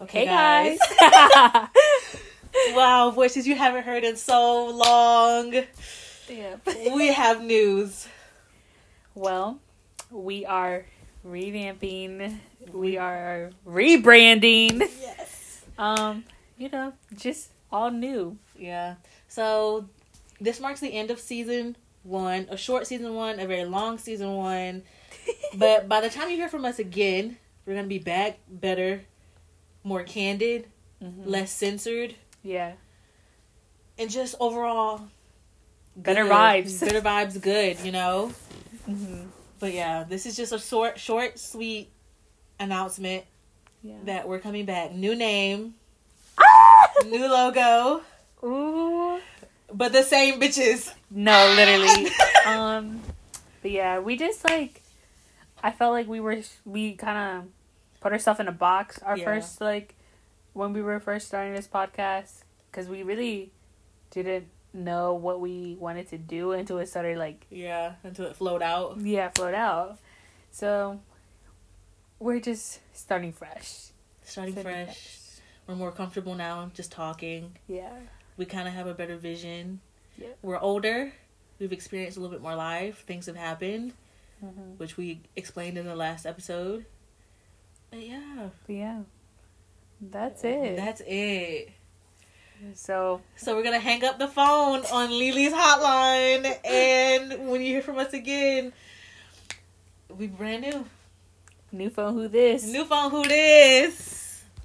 Okay, guys. wow, voices you haven't heard in so long. Damn. We have news. Well, we are revamping. We are rebranding. Yes. Um, you know, just all new. Yeah. So this marks the end of season one, a short season one, a very long season one. But by the time you hear from us again, we're gonna be back, better, more candid, Mhm. less censored, yeah, and just overall Better good. vibes. Better vibes, good. You know. hmm But yeah, this is just a short, short, sweet announcement yeah. Ah! that we're coming back. New name, new logo, Ooh. but the same bitches. No, Oh, literally. um, but yeah, we just like. I felt like we were we kind of put ourselves in a box. Our Yeah. first like when we were first starting this podcast because we really didn't know what we wanted to do until it started like Yeah, until it flowed out. yeah float out. So we're just starting fresh. Starting Starting fresh. We're more comfortable now, just talking. Yeah. We kind of have a better vision. Yep. We're older. We've experienced a little bit more life. Things have happened, Mhm. which we explained in the last episode. But yeah, But yeah, that's it. That's it. so So we're gonna hang up the phone on Lily's hotline, and when you hear from us again, we brand new. new phone, who this? New phone, who this?